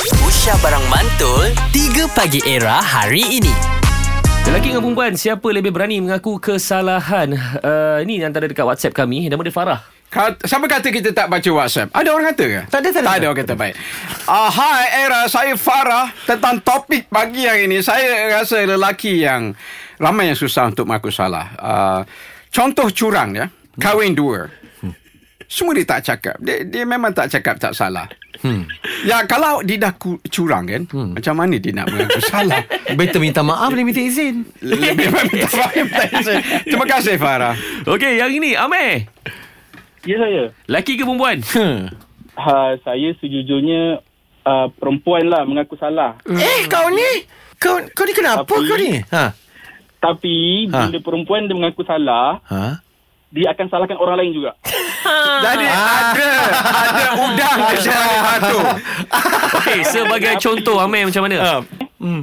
Aisyah Barang Mantul 3 Pagi Era hari ini Lelaki dengan perempuan Siapa lebih berani mengaku kesalahan uh, Ini antara dekat WhatsApp kami Nama dia Farah Kat, siapa kata kita tak baca WhatsApp? Ada orang kata ke? Tak ada, tak ada. Tak ada orang kata, baik. Uh, hi, Era. Saya Farah. Tentang topik pagi hari ini, saya rasa lelaki yang... Ramai yang susah untuk mengaku salah. Uh, contoh curang, ya. Kahwin dua. Semua dia tak cakap. Dia, dia memang tak cakap tak salah. Hmm. Ya, kalau dia dah ku, curang kan, hmm. macam mana dia nak mengaku salah? Better minta maaf Dia minta izin Lebih baik minta maaf. Terima kasih, Farah. Okey yang ini Amir Ya saya. Lelaki ke perempuan Hmm. Ha, saya sejujurnya uh, perempuan lah mengaku salah. Eh kau ni Kau kau ni kenapa Tapi- kau ni Ha Tapi Ha. ha. bila perempuan dia mengaku salah, Ha dia akan salahkan orang lain juga. Jadi ada ada udang di sebalik batu. Okey sebagai contoh Amir macam mana uh.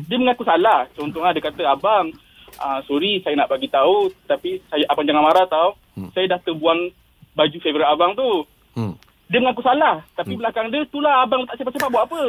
Dia mengaku salah. Contohnya dia kata, "Abang, uh, sorry saya nak bagi tahu tapi saya abang jangan marah tau. Hmm. Saya dah terbuang baju favorite abang tu." Hmm. Hmm. Dia mengaku salah Tapi hmm. belakang dia Itulah abang tak cepat-cepat buat apa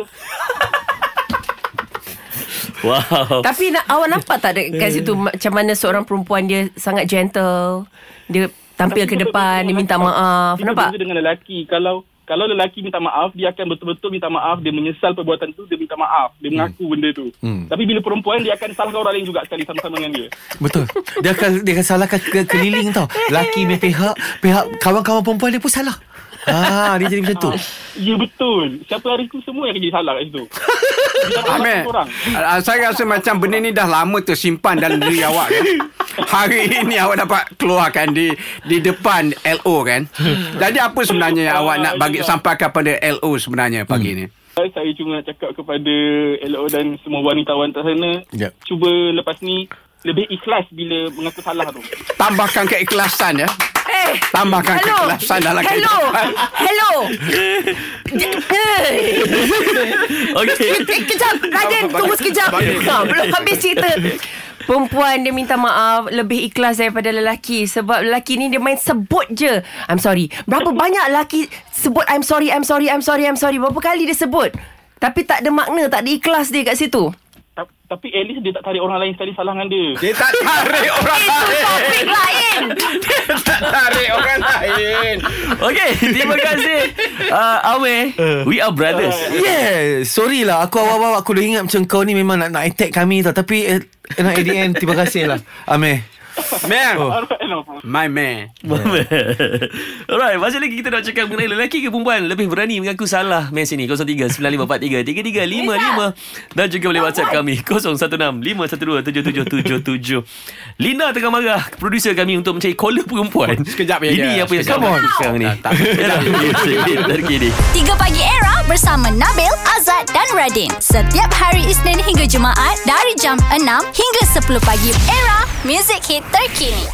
Wow Tapi nak, awak nampak tak dekat situ macam mana seorang perempuan dia sangat gentle. Dia tampil Tapi ke betul-betul depan, dia dengan minta lelaki. maaf. Itu Nampak? beza dengan lelaki. Kalau kalau lelaki minta maaf, dia akan betul-betul minta maaf. Dia menyesal perbuatan tu, dia minta maaf. Dia mengaku hmm. benda tu. Hmm. Tapi bila perempuan, dia akan salahkan orang lain juga sekali sama-sama dengan dia. Betul Dia akan, dia akan salahkan ke, keliling tau Lelaki punya pihak Pihak kawan-kawan perempuan dia pun salah Ha dia jadi macam tu Ya betul. Siapa hari tu semua yang kerja salah kat situ. Dia tak Amir, salahkan orang. ah, saya rasa macam benda ni dah lama tersimpan dalam diri awak kan. Hari ini awak dapat keluarkan di di depan LO kan. Jadi apa sebenarnya yang awak nak bagi sampaikan pada LO sebenarnya pagi ni? Saya cuma nak cakap kepada LO dan semua wanita-wanita sana. Ya. Cuba lepas ni lebih ikhlas bila mengaku salah tu. Tambahkan keikhlasan ya. Eh, Tambahkan hello. keikhlasan dalam Hello. kehidupan. Hello. Hey. Okey Eh, kejap. Raden, tunggu sekejap. Ha, belum habis cerita. Perempuan dia minta maaf lebih ikhlas daripada lelaki sebab lelaki ni dia main sebut je I'm sorry. Berapa banyak lelaki sebut I'm sorry, I'm sorry, I'm sorry, I'm sorry. Berapa kali dia sebut? Tapi tak ada makna, tak ada ikhlas dia kat situ. Ta- Tapi at least dia tak tarik orang lain sekali salah dengan dia. Dia tak tarik orang lain. Topik lain. Tak tarik orang lain. Okey terima kasih Ah, uh, Amir We are brothers Yeah Sorry lah Aku awal-awal aku dah ingat Macam kau ni memang nak, nak attack kami tau Tapi eh, Nak at the end Terima kasih lah Amir Ma'am. Alright, no. My man. Alright Masih lagi kita nak cakap mengenai Lelaki ke perempuan Lebih berani mengaku salah Mes sini 03 9543 3355 Dan juga boleh whatsapp kami 016 512 7777 Lina tengah marah Producer kami untuk mencari Caller perempuan Sekejap ya, Ini ya. apa yang Sekejap. saya nak sekarang ni Tak, tak. Yalah, sedikit terkini. 3 Pagi Era bersama Nabil, Azad dan Radin. Setiap hari Isnin hingga Jumaat dari jam 6 hingga 10 pagi. Era, music hit terkini.